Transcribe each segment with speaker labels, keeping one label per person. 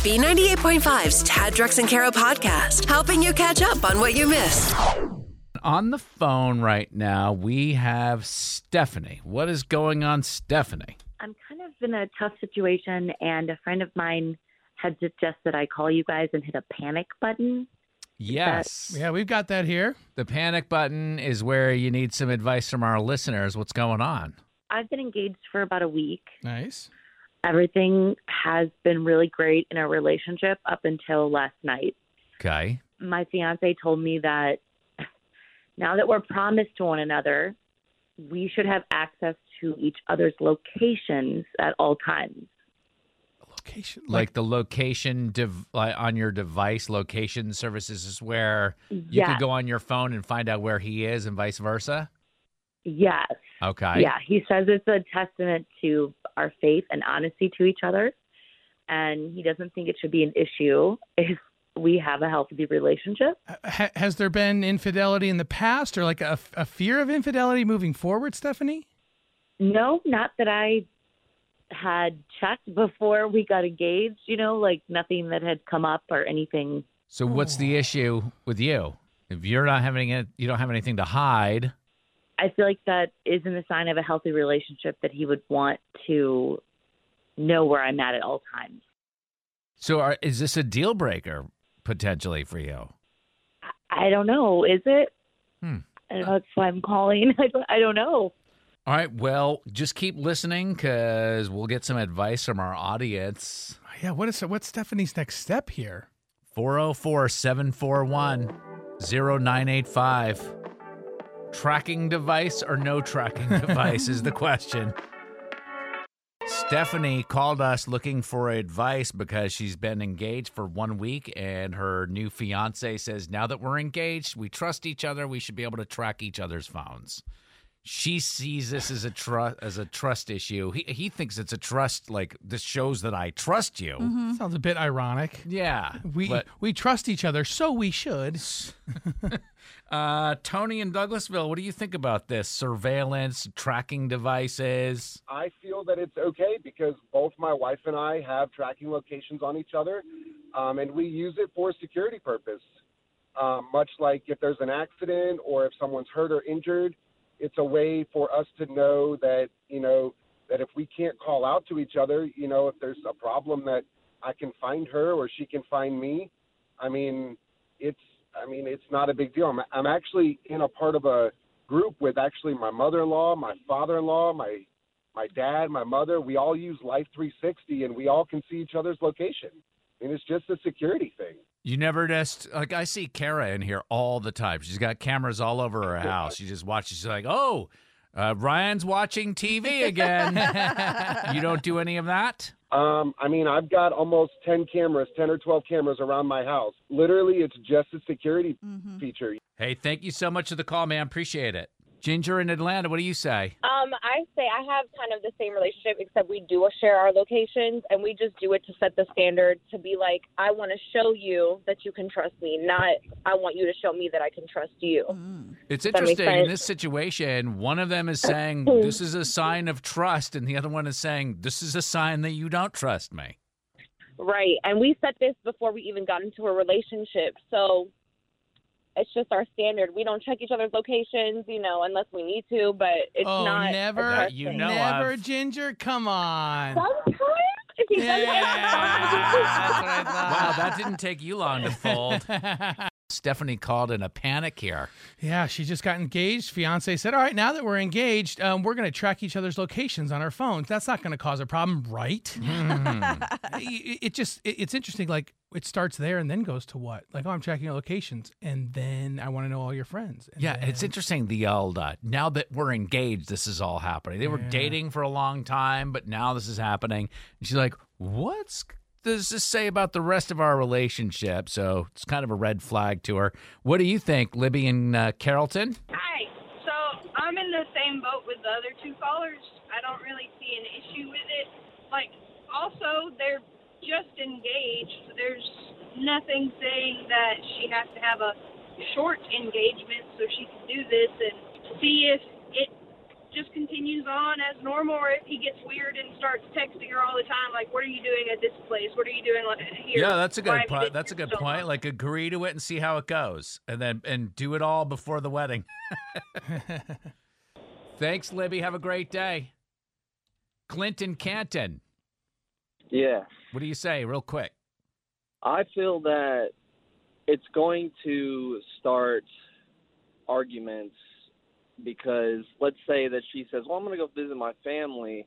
Speaker 1: B98.5's Tad Drex and Kara podcast, helping you catch up on what you missed.
Speaker 2: On the phone right now, we have Stephanie. What is going on, Stephanie?
Speaker 3: I'm kind of in a tough situation, and a friend of mine had suggested I call you guys and hit a panic button.
Speaker 2: Yes.
Speaker 4: Yeah, we've got that here.
Speaker 2: The panic button is where you need some advice from our listeners. What's going on?
Speaker 3: I've been engaged for about a week.
Speaker 4: Nice.
Speaker 3: Everything has been really great in our relationship up until last night.
Speaker 2: Okay.
Speaker 3: My fiance told me that now that we're promised to one another, we should have access to each other's locations at all times.
Speaker 4: Location.
Speaker 2: Like, the location dev- like on your device, location services is where you
Speaker 3: Yes.
Speaker 2: could go on your phone and find out where he is and vice versa.
Speaker 3: Yes.
Speaker 2: Okay.
Speaker 3: Yeah, he says it's a testament to our faith and honesty to each other. And he doesn't think it should be an issue if we have a healthy relationship.
Speaker 4: Ha- has there been infidelity in the past or like a, a fear of infidelity moving forward, Stephanie?
Speaker 3: No, not that I had checked before we got engaged, you know, like nothing that had come up or anything.
Speaker 2: So what's the issue with you? If you're not having it, you don't have anything to hide.
Speaker 3: I feel like that isn't a sign of a healthy relationship that he would want to know where I'm at at all times.
Speaker 2: So are, is this a deal breaker potentially for you?
Speaker 3: I I don't know. Is it?
Speaker 2: Hmm.
Speaker 3: I don't know. That's why I'm calling. I don't, I don't know.
Speaker 2: All right. Well, just keep listening because we'll get some advice from our audience.
Speaker 4: Yeah, what is what's Stephanie's next step here?
Speaker 2: 404 741 0985. Tracking device or no tracking device is the question. Stephanie called us looking for advice because she's been engaged for one week and her new fiance says, Now that we're engaged, we trust each other. We should be able to track each other's phones. She sees this as a trust as a trust issue. He he thinks it's a trust like this shows that I trust you.
Speaker 4: Sounds a bit ironic.
Speaker 2: Oh. Mm-hmm. Yeah.
Speaker 4: We
Speaker 2: but-
Speaker 4: we trust each other, so we should.
Speaker 2: Uh, Tony in Douglasville, what do you think about this surveillance, tracking devices?
Speaker 5: I feel that it's okay because both my wife and I have tracking locations on each other, um, and we use it for security purpose. Um, much like if there's an accident or if someone's hurt or injured, it's a way for us to know that you know that if we can't call out to each other, you know, if there's a problem that I can find her or she can find me. I mean, it's I mean it's not a big deal. I'm, I'm actually in a part of a group with actually my mother-in-law, my father-in-law, my my dad, my mother, we all use Life 360 and we all can see each other's location. And it's just a security thing.
Speaker 2: You never just like I see Kara in here all the time. She's got cameras all over her house. She just watches. She's like, oh, uh, Ryan's watching TV again. you don't do any of that.
Speaker 5: Um, I mean, I've got almost 10 cameras, 10 or 12 cameras around my house. Literally, it's just a security feature.
Speaker 2: Hey, thank you so much for the call, man. Appreciate it. Ginger in Atlanta, what do you say?
Speaker 6: Um, I say I have kind of the same relationship, except we do share our locations, and we just do it to set the standard to be like, I want to show you that you can trust me, not I want you to show me that I can trust you.
Speaker 4: Mm.
Speaker 2: It's
Speaker 6: that makes
Speaker 2: interesting in
Speaker 6: sense.
Speaker 2: this situation. One of them is saying this is a sign of trust, and the other one is saying this is a sign that you don't trust me.
Speaker 6: Right. And we set this before we even got into a relationship. So it's just our standard. We don't check each other's locations, you know, unless we need to, but it's
Speaker 4: oh,
Speaker 6: not.
Speaker 4: never,
Speaker 2: That you know
Speaker 4: never,
Speaker 2: of.
Speaker 4: Ginger. Come on.
Speaker 6: Sometimes, if he does
Speaker 4: Yeah, that's
Speaker 6: that-
Speaker 4: what I
Speaker 2: Wow,
Speaker 4: thought.
Speaker 2: that didn't take you long to fold. Stephanie called in a panic here.
Speaker 4: Yeah, she just got engaged. Fiance said, "All right, now that we're engaged, um, we're going to track each other's locations on our phones. That's not going to cause a problem, right?"
Speaker 2: Hmm.
Speaker 4: it, it just it- it's interesting. Like it starts there and then goes to what? Like, oh, I'm tracking your locations, and then I want to know all your friends. And
Speaker 2: Yeah, it's
Speaker 4: then-
Speaker 2: interesting, the old, uh, now that we're engaged, this is all happening. They were dating for a long time, but now this is happening. And she's like, what's does this say about the rest of our relationship? So it's kind of a red flag to her. What do you think, Libby and uh, Carrollton?
Speaker 7: Hi. So I'm in the same boat with the other two callers. I don't really see an issue with it. Like, also, they're just engaged. There's nothing saying that she has to have a short engagement so she can do this and see if it just continues on as normal or if he gets weird and starts texting her all the time like what are you doing at this place what are you doing like, here
Speaker 2: Yeah, that's a
Speaker 7: Why
Speaker 2: good
Speaker 7: have you
Speaker 2: point.
Speaker 7: been
Speaker 2: That's a
Speaker 7: here
Speaker 2: good
Speaker 7: so
Speaker 2: point.
Speaker 7: long?"
Speaker 2: Like agree to it and see how it goes, and then and do it all before the wedding. Thanks, Libby. Have a great day. Clinton Canton,
Speaker 8: Yeah.
Speaker 2: what do you say, real quick?
Speaker 8: I feel that it's going to start arguments because let's say that she says, "Well, I'm going to go visit my family,"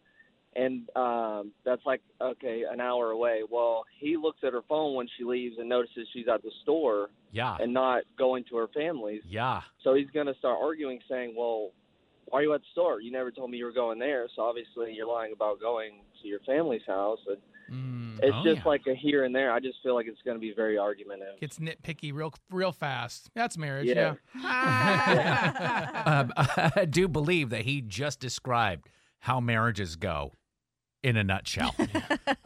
Speaker 8: and um, that's like okay, an hour away. Well, he looks at her phone when she leaves and notices she's at the store
Speaker 9: Ah.
Speaker 2: Yeah,
Speaker 8: and not going to her family's.
Speaker 2: yeah,
Speaker 8: So he's going to start arguing, saying, "Well, why are you at the store? You never told me you were going there, so obviously you're lying about going to your family's house." And
Speaker 4: Mm,
Speaker 8: it's
Speaker 2: Oh,
Speaker 8: just
Speaker 2: yeah.
Speaker 8: like a here and there. I just feel like it's going to be very argumentative.
Speaker 4: gets nitpicky real real fast. That's marriage.
Speaker 8: Yeah.
Speaker 4: Yeah.
Speaker 2: um, I do believe that he just described how marriages go in a nutshell.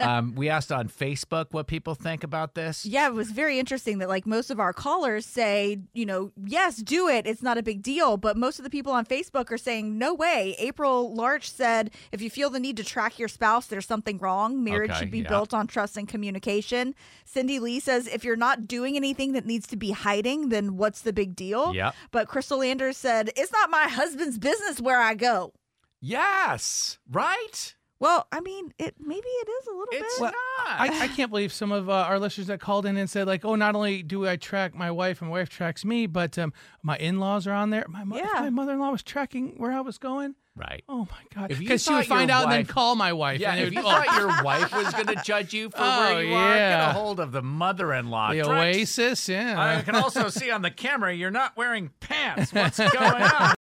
Speaker 2: um, we asked on Facebook what people think about this.
Speaker 10: Yeah, it was very interesting that like most of our callers say, you know, yes, do it. It's not a big deal. But most of the people on Facebook are saying, no way. April Larch said, if you feel the need to track your spouse, there's something wrong. Marriage
Speaker 2: Okay,
Speaker 10: should be
Speaker 2: yeah.
Speaker 10: built on trust and communication. Cindy Lee says, if you're not doing anything that needs to be hiding, then what's the big deal?
Speaker 2: Yep.
Speaker 10: But Crystal Landers said, it's not my husband's business where I go.
Speaker 2: Yes, right?
Speaker 10: Well, I mean, it maybe it is a little
Speaker 2: It's
Speaker 10: bit.
Speaker 2: not.
Speaker 4: I, I can't believe some of uh, our listeners that called in and said like, "Oh, not only do I track my wife, and my wife tracks me, but um, my in-laws are on there. My mo- if
Speaker 10: Yeah.
Speaker 4: my mother-in-law was tracking where I was going.
Speaker 2: right.
Speaker 4: Oh my god!
Speaker 2: If you
Speaker 4: Because she would
Speaker 2: thought your
Speaker 4: find out and
Speaker 2: wife-
Speaker 4: then call my wife.
Speaker 2: Yeah,
Speaker 4: and it
Speaker 2: if
Speaker 4: would-
Speaker 2: you
Speaker 4: oh,
Speaker 2: thought your wife was going to judge you for
Speaker 4: Oh,
Speaker 2: where you are,
Speaker 4: yeah.
Speaker 2: get a hold of the mother-in-law.
Speaker 4: the
Speaker 2: Direct-
Speaker 4: Oasis, yeah.
Speaker 2: I can also see on the camera you're not wearing pants. What's going on?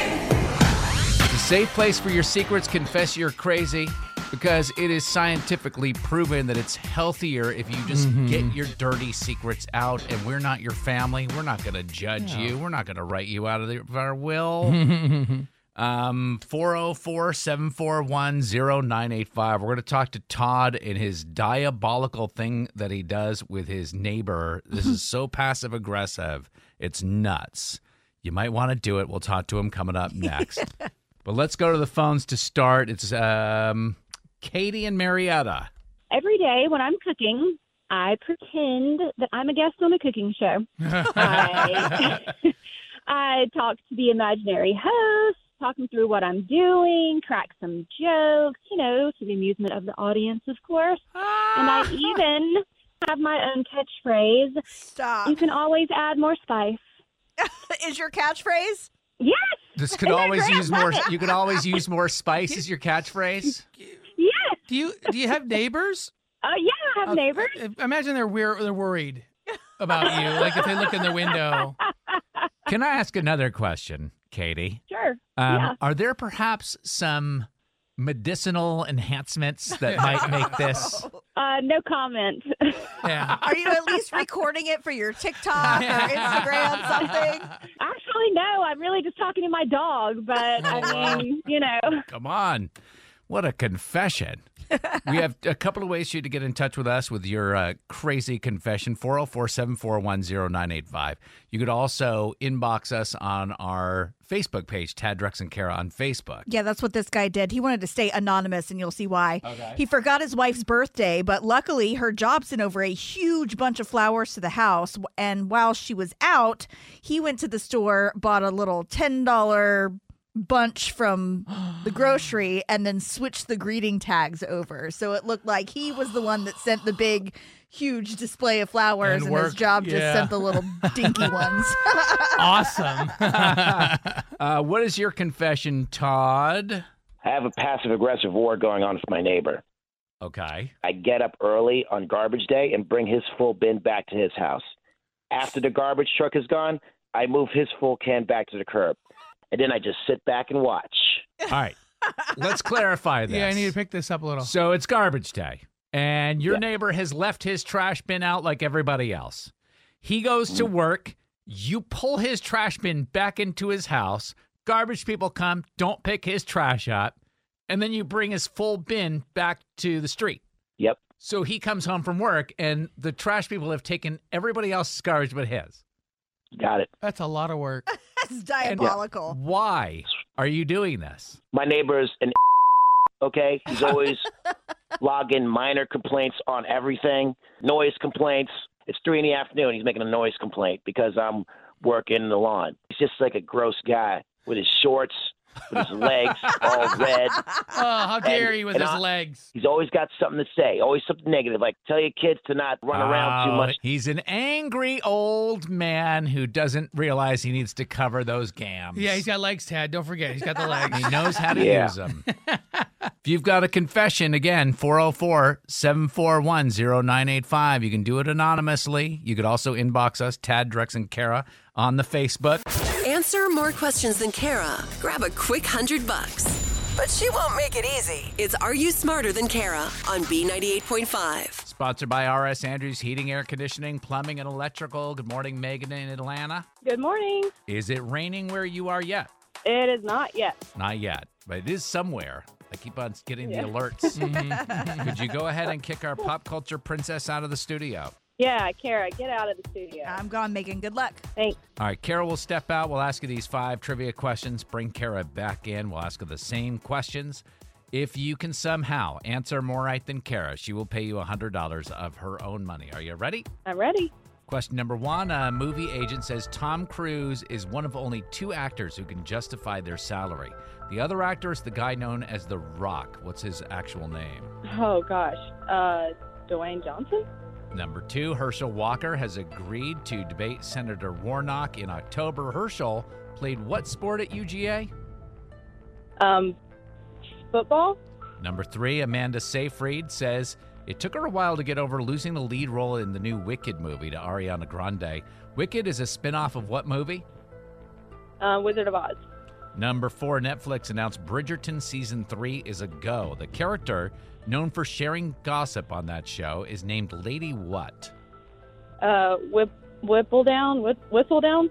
Speaker 2: It's a safe place for your secrets. Confess you're crazy because it is scientifically proven that it's healthier if you just get your dirty secrets out. And we're not your family. We're not going to judge you. We're not going to write you out of, the, of our will. Mm-hmm. Um, 404-741-0985. We're going to talk to Todd and his diabolical thing that he does with his neighbor. This is so passive aggressive. It's nuts. You might want to do it. We'll talk to him coming up next. but let's go to the phones to start. It's um Katie and Marietta.
Speaker 7: every day when I'm cooking, I pretend that I'm a guest on a cooking show. I, I talk to the imaginary host, talk them through what I'm doing, crack some jokes, you know, to the amusement of the audience, of course. And I even have my own catchphrase
Speaker 10: Stop.
Speaker 7: you can always add more spice.
Speaker 10: is your catchphrase?
Speaker 7: Yes,
Speaker 2: This could always use more you could always use more spice is your catchphrase.
Speaker 7: yes.
Speaker 4: do you do you have neighbors?
Speaker 7: Oh, yeah, I have neighbors.
Speaker 4: Uh, Imagine they're weir- they're worried about you. Like if they look in the window.
Speaker 2: Can I ask another question, Katie?
Speaker 7: Sure.
Speaker 2: Um,
Speaker 7: Yeah.
Speaker 2: Are there perhaps some medicinal enhancements that might make this?
Speaker 7: Uh, no comment.
Speaker 4: Yeah.
Speaker 10: Are you at least recording it for your TikTok or Instagram something?
Speaker 7: Actually, no. I'm really just talking to my dog, but I mean, you know.
Speaker 2: Come on. What a confession. we have a couple of ways for you to get in touch with us with your uh, crazy confession 404 741 0985. You could also inbox us on our Facebook page, Tad Drex and Kara on Facebook.
Speaker 10: Yeah, that's what this guy did. He wanted to stay anonymous, and you'll see why. He forgot his wife's birthday, but luckily her job sent over a huge bunch of flowers to the house. And while she was out, he went to the store, bought a little $10 bunch from the grocery, and then switched the greeting tags over. So it looked like he was the one that sent the big, huge display of flowers,
Speaker 4: And
Speaker 10: and, his
Speaker 4: worked-
Speaker 10: job just
Speaker 4: yeah.
Speaker 10: sent the little dinky ones.
Speaker 4: Awesome.
Speaker 2: Uh, what is your confession, Todd?
Speaker 11: I have a passive aggressive war going on with my neighbor.
Speaker 2: Okay.
Speaker 11: I get up early on garbage day and bring his full bin back to his house. After the garbage truck is gone, I move his full can back to the curb. And then I just sit back and watch.
Speaker 2: All right. Let's clarify this.
Speaker 4: Yeah, I need to pick this up a little.
Speaker 2: So it's garbage day, and your
Speaker 4: Yeah.
Speaker 2: neighbor has left his trash bin out like everybody else. He goes to work, you pull his trash bin back into his house, garbage people come, don't pick his trash up, and then you bring his full bin back to the street.
Speaker 11: Yep.
Speaker 2: So he comes home from work, and the trash people have taken everybody else's garbage but his.
Speaker 11: Got it.
Speaker 4: That's a lot of work.
Speaker 10: That's diabolical.
Speaker 2: Why are you doing this?
Speaker 11: My neighbor's an okay. He's always logging minor complaints on everything, noise complaints. It's three in the afternoon. He's making a noise complaint because I'm working the lawn. He's just like a gross guy with his shorts, with his legs all red.
Speaker 4: Oh, how dare you with
Speaker 11: and
Speaker 4: his
Speaker 11: I-
Speaker 4: legs?
Speaker 11: He's always got something to say, always something negative. Like tell your kids to not run around too
Speaker 2: Oh,
Speaker 11: much.
Speaker 2: He's an angry old man who doesn't realize he needs to cover those gams.
Speaker 4: Yeah, he's got legs, Tad. Don't forget, he's got the legs.
Speaker 2: He knows how to
Speaker 4: Yeah.
Speaker 2: use them. if you've got a confession, again, 404 741 0985. You can do it anonymously. You could also inbox us, Tad, Drex, and Kara, on the Facebook.
Speaker 1: Answer more questions than Kara. Grab a quick hundred bucks. But she won't make it easy. It's Are You Smarter Than Kara on B98.5.
Speaker 2: Sponsored by RS Andrews Heating, Air Conditioning, Plumbing, and Electrical. Good morning, Megan in Atlanta.
Speaker 12: Good morning.
Speaker 2: Is it raining where you are yet?
Speaker 12: It is not yet.
Speaker 2: Not yet, but it is somewhere. I keep on getting
Speaker 12: Yeah.
Speaker 2: the alerts.
Speaker 4: Mm.
Speaker 2: Could you go ahead and kick our pop culture princess out of the studio?
Speaker 12: Yeah, Kara, get out of the studio.
Speaker 10: I'm gone, Megan. Good luck.
Speaker 12: Thanks.
Speaker 2: All right, Kara will step out. We'll ask you these five trivia questions. Bring Kara back in. We'll ask her the same questions. If you can somehow answer more right than Kara, she will pay you $100 of her own money. Are you ready?
Speaker 12: I'm ready.
Speaker 2: Question number one A movie agent says Tom Cruise is one of only two actors who can justify their salary. The other actor is the guy known as The Rock. What's his actual name?
Speaker 12: Oh gosh, uh, Dwayne Johnson.
Speaker 2: Number two, Herschel Walker has agreed to debate Senator Warnock in October. Herschel played what sport at UGA?
Speaker 12: Um, football.
Speaker 2: Number three, Amanda Seyfried says it took her a while to get over losing the lead role in the new Wicked movie to Ariana Grande. Wicked is a spinoff of what movie?
Speaker 12: Uh, Wizard of Oz.
Speaker 2: Number four, Netflix announced Bridgerton season three is a go. The character, known for sharing gossip on that show, is named Lady What?
Speaker 12: Uh, whip, whipple down, whip, whistle down.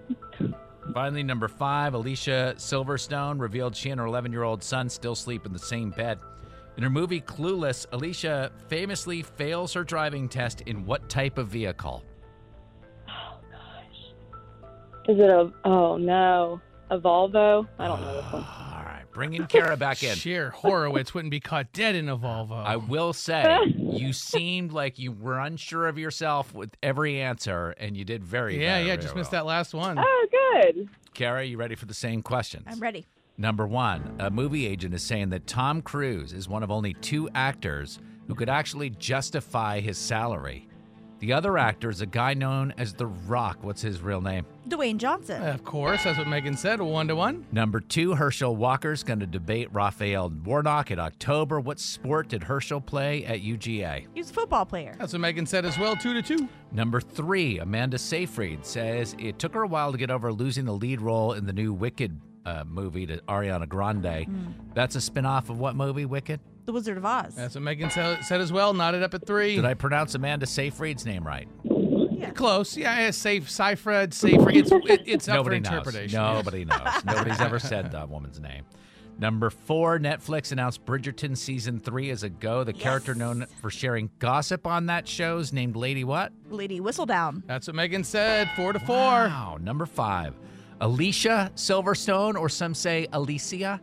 Speaker 2: Finally, number five, Alicia Silverstone revealed she and her 11 year old son still sleep in the same bed. In her movie Clueless, Alicia famously fails her driving test in what type of vehicle?
Speaker 12: Is it a? Oh no, a Volvo. I don't know this one.
Speaker 2: All right, bringing Kara back in.
Speaker 4: Sheer Horowitz wouldn't be caught dead in a Volvo.
Speaker 2: I will say, you seemed like you were unsure of yourself with every answer, and you did very,
Speaker 4: yeah,
Speaker 2: very,
Speaker 4: yeah, just
Speaker 2: very
Speaker 4: missed that last one.
Speaker 12: Oh, good.
Speaker 2: well. Kara, you ready for the same question?
Speaker 10: I'm ready.
Speaker 2: Number one, a movie agent is saying that Tom Cruise is one of only two actors who could actually justify his salary. The other actor is a guy known as The Rock. What's his real name?
Speaker 10: Dwayne Johnson.
Speaker 4: Of course, that's what Megan said. One to one.
Speaker 2: Number two, Herschel Walker's going to debate Raphael Warnock in October. What sport did Herschel play at UGA?
Speaker 10: He was a football player.
Speaker 4: That's what Megan said as well. Two to two.
Speaker 2: Number three, Amanda Seyfried says it took her a while to get over losing the lead role in the new Wicked uh, movie to Ariana Grande.
Speaker 10: Mm.
Speaker 2: That's a spinoff of what movie, Wicked?
Speaker 10: The Wizard of Oz.
Speaker 4: That's what Megan sa- said as well. Knotted up at three.
Speaker 2: Did I pronounce Amanda Seyfried's name right?
Speaker 4: Close. Yeah, yeah safe. Cypher, safer. It's it, it's up
Speaker 2: Nobody
Speaker 4: for
Speaker 2: knows.
Speaker 4: interpretation.
Speaker 2: Nobody knows. Nobody's ever said that woman's name. Number four, Netflix announced Bridgerton season three is a go. The character known for sharing gossip on that show is named Lady What?
Speaker 10: Lady Whistledown.
Speaker 4: That's what Megan said. Four to four.
Speaker 2: Wow. Number five, Alicia Silverstone, or some say Alicia.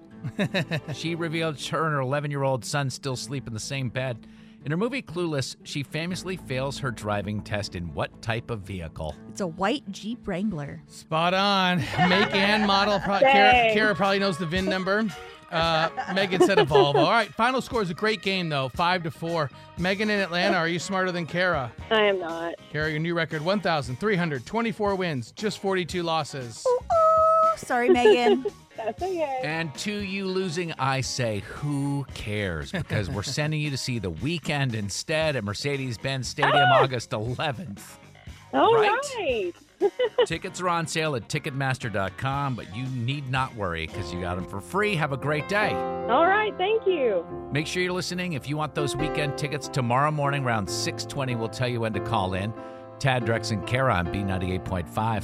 Speaker 2: she revealed her and her 11 year old son still sleep in the same bed. In her movie Clueless, she famously fails her driving test in what type of vehicle?
Speaker 10: It's a white Jeep Wrangler.
Speaker 4: Spot on. Make and model. Pro- Kara,
Speaker 10: Dang.
Speaker 4: Kara probably knows the VIN number. Uh, Megan said a Volvo. All right, final score is a great game though, five to four. Megan in Atlanta, are you smarter than Kara?
Speaker 12: I am not.
Speaker 4: Kara, your new record: 1,324 wins, just 42 losses.
Speaker 10: oh, Sorry, Megan.
Speaker 12: That's okay.
Speaker 2: And to you losing, I say, who cares? Because we're sending you to see the
Speaker 12: Oh!
Speaker 2: weekend instead at Mercedes Benz Stadium August 11th.
Speaker 12: All
Speaker 2: Right.
Speaker 12: right.
Speaker 2: Tickets are on sale at Ticketmaster.com, but you need not worry because you got them for free. Have a great day.
Speaker 12: All right, thank you.
Speaker 2: Make sure you're listening. If you want those weekend tickets tomorrow morning around 620, we'll tell you when to call in. Tad Drex and Kara on B98.5.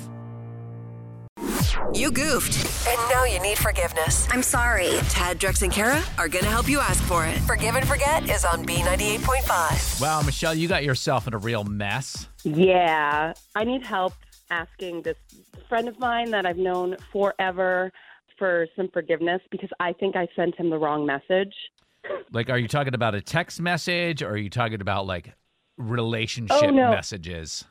Speaker 1: You goofed, and now you need forgiveness. I'm sorry. Tad, Drex, and Kara are going to help you ask for it. Forgive and Forget is on B98.5.
Speaker 2: Wow, Michelle, you got yourself in a real mess.
Speaker 12: Yeah, I need help asking this friend of mine that I've known forever for some forgiveness because I think I sent him the wrong message.
Speaker 2: Like, are you talking about a text message or are you talking about like relationship
Speaker 12: Oh, no.
Speaker 2: messages?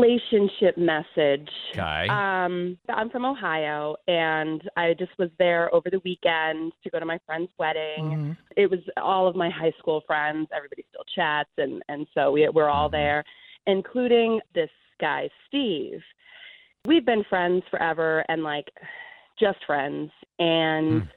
Speaker 12: Relationship message.
Speaker 2: Okay.
Speaker 12: Um, I'm from Ohio, and I just was there over the weekend to go to my friend's wedding.
Speaker 10: Mm-hmm.
Speaker 12: It was all of my high school friends. Everybody still chats, and and so we we're all
Speaker 4: Mm-hmm.
Speaker 12: there, including this guy Steve. We've been friends forever, and like just friends. And
Speaker 4: Hmm.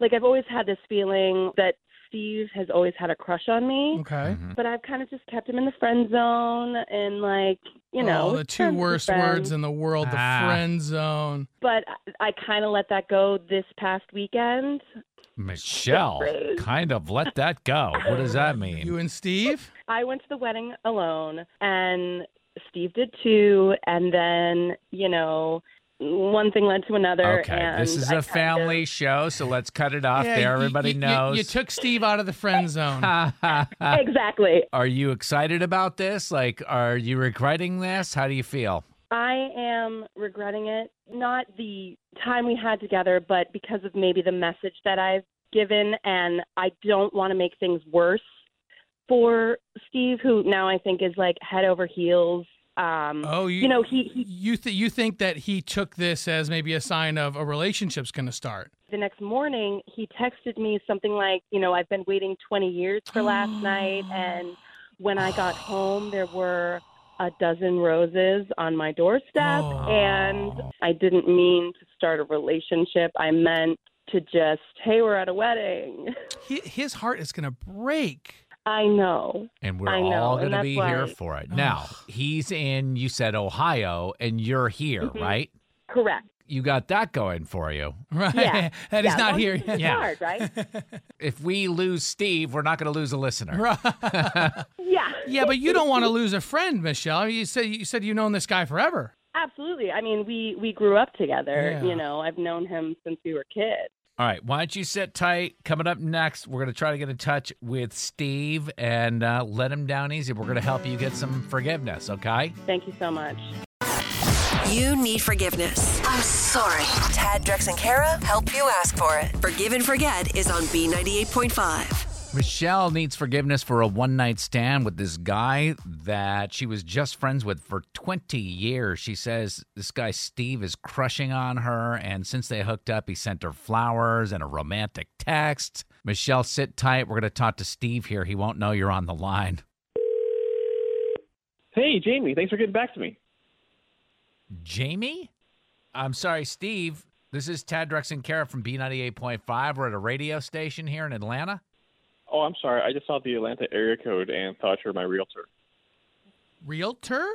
Speaker 12: like I've always had this feeling that Steve has always had a crush on me.
Speaker 4: Okay. Mhm.
Speaker 12: But I've kind of just kept him in the friend zone, and like you know,
Speaker 4: oh, the two worst words in the world, the
Speaker 2: Ah.
Speaker 4: friend zone.
Speaker 12: but I, I kind of let that go this past weekend.
Speaker 2: Michelle, kind of let that go. What does that mean?
Speaker 4: You and Steve?
Speaker 12: I went to the wedding alone, and Steve did too. And then, you know, one thing led to another.
Speaker 2: Okay,
Speaker 12: and
Speaker 2: this is
Speaker 12: I
Speaker 2: a family show, so let's cut it off
Speaker 4: Yeah,
Speaker 2: there.
Speaker 4: you-
Speaker 2: Everybody
Speaker 4: you- you-
Speaker 2: knows. Uh,
Speaker 4: You, took Steve out of the friend zone.
Speaker 12: exactly.
Speaker 2: Are you excited about this? Like, are you regretting this? How do you feel?
Speaker 12: I am regretting it. Not the time we had together, but because of maybe the message that I've given. And I don't want to make things worse for Steve, who now I think is like head over heels. Um,
Speaker 4: Oh, you,
Speaker 12: you know, he, he
Speaker 4: you th- you think that he took this as maybe a sign of a relationship's going to start.
Speaker 12: the next morning he texted me something like you know i've been waiting 20 years for last night and when i got home there were a dozen roses on my doorstep and i didn't mean to start a relationship i meant to just hey we're at a wedding
Speaker 4: He, his heart is going to break.
Speaker 12: i know
Speaker 2: And we're
Speaker 12: I know,
Speaker 2: all
Speaker 12: and
Speaker 2: going to
Speaker 12: that's
Speaker 2: be
Speaker 12: why-
Speaker 2: here for it. Now, he's in, you said Ohio, and you're here,
Speaker 12: Mhm.
Speaker 2: right?
Speaker 12: correct
Speaker 2: You got that going for you.
Speaker 4: Right.
Speaker 12: yeah
Speaker 4: that is
Speaker 12: Yeah,
Speaker 4: not
Speaker 12: one
Speaker 4: here.
Speaker 12: thing is hard, right
Speaker 2: If we lose Steve, we're not going to lose a listener.
Speaker 12: yeah
Speaker 4: Yeah, but you don't want to lose a friend, Michelle. I mean, You said you said you've known this guy forever.
Speaker 12: absolutely i mean we we grew up together
Speaker 4: Yeah.
Speaker 12: you know i've known him since we were kids
Speaker 2: All right, why don't you sit tight? Coming up next, we're going to try to get in touch with Steve and uh, let him down easy. We're going to help you get some forgiveness, okay?
Speaker 12: thank you so much
Speaker 1: You need forgiveness. I'm sorry. Tad, Drex, and Kara help you ask for it. Forgive and Forget is on B98.5.
Speaker 2: Michelle needs forgiveness for a one night stand with this guy that she was just friends with for 20 years. She says this guy, Steve, is crushing on her. And since they hooked up, he sent her flowers and a romantic text. Michelle, sit tight. We're going to talk to Steve here. He won't know you're on the line.
Speaker 9: Hey, Jamie, thanks for getting back to me.
Speaker 2: Jamie? I'm sorry, Steve. This is Tad Drex and Kara from B98.5. We're at a radio station here in Atlanta.
Speaker 9: Oh, I'm sorry. I just saw the Atlanta area code and thought you were my realtor.
Speaker 4: Realtor?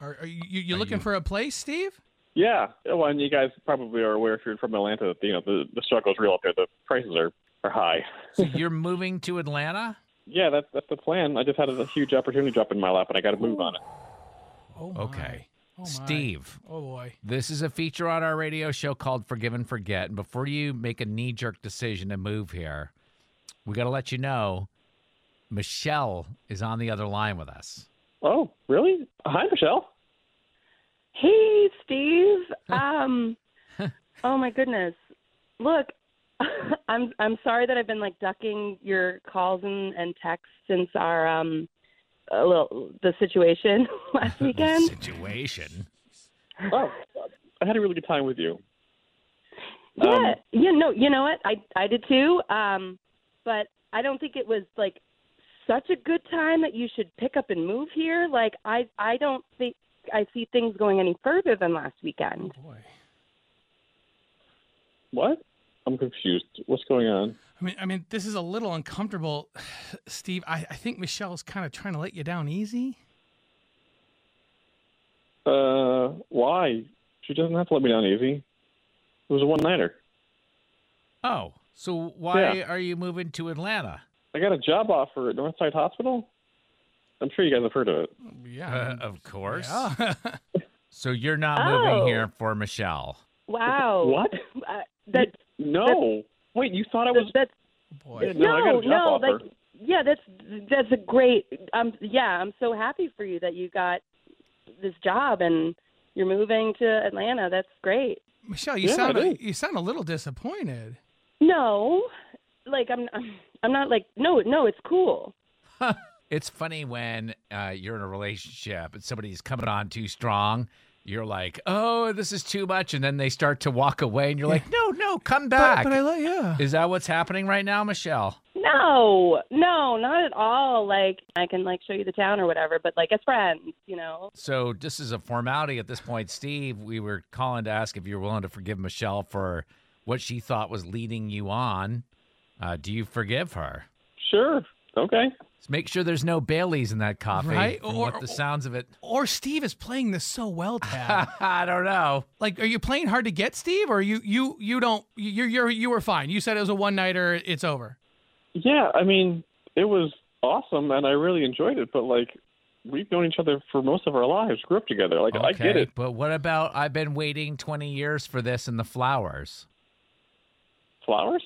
Speaker 4: Are, are you you you're looking for a place, Steve?
Speaker 9: Yeah. Well, and you guys probably are aware if you're from Atlanta that you know the, the struggle is real up there. The prices are, are high.
Speaker 2: So you're moving to Atlanta?
Speaker 9: Yeah, that's that's the plan. I just had a huge opportunity drop in my lap, and I got to move on it.
Speaker 4: Oh,
Speaker 2: Okay.
Speaker 4: my.
Speaker 2: Steve.
Speaker 4: Oh boy.
Speaker 2: This is a feature on our radio show called Forgive and Forget. And before you make a knee jerk decision to move here, we got to let you know Michelle is on the other line with us.
Speaker 9: Oh, really? Hi, Michelle.
Speaker 12: Hey, Steve. Um, oh my goodness. Look, I'm I'm sorry that I've been like ducking your calls and, and texts since our um, uh, well, the situation last weekend.
Speaker 2: Situation.
Speaker 9: Oh, I had a really good time with you.
Speaker 12: Yeah,
Speaker 9: Um,
Speaker 12: yeah, no, you know what? I I did too. Um, but I don't think it was like such a good time that you should pick up and move here. Like I I don't think I see things going any further than last weekend.
Speaker 9: What? I'm confused. What's going on?
Speaker 4: I mean, I mean, this is a little uncomfortable, Steve. I, I think Michelle's kind of trying to let you down easy.
Speaker 9: Uh, why? She doesn't have to let me down easy. It was a one nighter.
Speaker 2: Oh, so why
Speaker 9: Yeah.
Speaker 2: are you moving to Atlanta?
Speaker 9: I got a job offer at Northside Hospital. I'm sure you guys have heard of it.
Speaker 2: Yeah, Uh, of course.
Speaker 9: yeah.
Speaker 2: so you're not moving
Speaker 9: Oh.
Speaker 2: here for Michelle.
Speaker 12: Wow.
Speaker 9: What?
Speaker 12: Uh, that
Speaker 9: No. Wait, you thought I was?
Speaker 12: That's,
Speaker 9: Boy. No, I got
Speaker 12: no,
Speaker 9: a job
Speaker 12: no,
Speaker 9: offer.
Speaker 12: like yeah, that's that's a great. Um, yeah, I'm so happy for you that you got this job and you're moving to Atlanta. That's great.
Speaker 4: Michelle, you
Speaker 12: Yeah,
Speaker 4: sound
Speaker 12: it
Speaker 4: a, you sound a little disappointed.
Speaker 12: No, like I'm I'm not like no no it's cool.
Speaker 2: It's funny when uh, you're in a relationship and somebody's coming on too strong. You're like, oh, this is too much. And then they start to walk away, and you're like, no, no, come back.
Speaker 4: but I like, yeah.
Speaker 2: Is that what's happening right now, Michelle?
Speaker 12: No, no, not at all. Like I can like show you the town or whatever, but like as friends, you know.
Speaker 2: So this is a formality at this point, Steve. We were calling to ask if you were willing to forgive Michelle for what she thought was leading you on. Uh, do you forgive her?
Speaker 9: Sure. Okay.
Speaker 2: Just make sure there's no Baileys in that coffee.
Speaker 4: Right?
Speaker 2: from
Speaker 4: Or-
Speaker 2: what the sounds of it.
Speaker 4: Or Steve is playing this so well, Tad.
Speaker 2: I don't know.
Speaker 4: Like, are you playing hard to get, Steve, or you you you don't you you you were fine? You said it was a one nighter. It's over.
Speaker 9: Yeah, I mean, it was awesome, and I really enjoyed it. But like, we've known each other for most of our lives, grew up together. Like, I get
Speaker 2: Okay,
Speaker 9: it.
Speaker 2: But what about I've been waiting 20 years for this and the flowers?
Speaker 9: Flowers?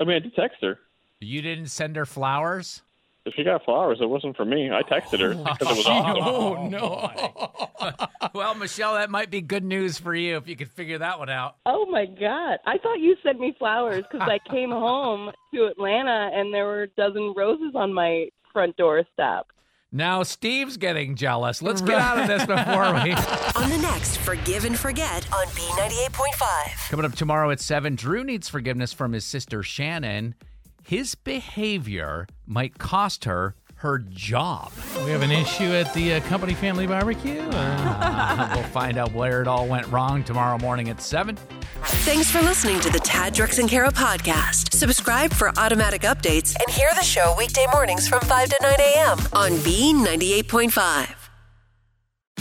Speaker 9: I mean, I did text her.
Speaker 2: You didn't send her flowers?
Speaker 9: If she got flowers, it wasn't for me. I texted her because it was awesome.
Speaker 4: Oh, no.
Speaker 2: well, Michelle, that might be good news for you if you could figure that one out.
Speaker 12: Oh my god! I thought you sent me flowers because I came home to Atlanta and there were a dozen roses on my front doorstep.
Speaker 2: Now Steve's getting jealous. Let's get out of this before we.
Speaker 1: On the next Forgive and Forget on B98.5.
Speaker 2: Coming up tomorrow at 7, Drew needs forgiveness from his sister Shannon. His behavior might cost her her job.
Speaker 4: We have an issue at the uh, company family barbecue.
Speaker 2: Uh, we'll find out where it all went wrong tomorrow morning at 7.
Speaker 1: Thanks for listening to the Tad Drex and Kara podcast. Subscribe for automatic updates and hear the show weekday mornings from 5 to 9 a.m. on B98.5.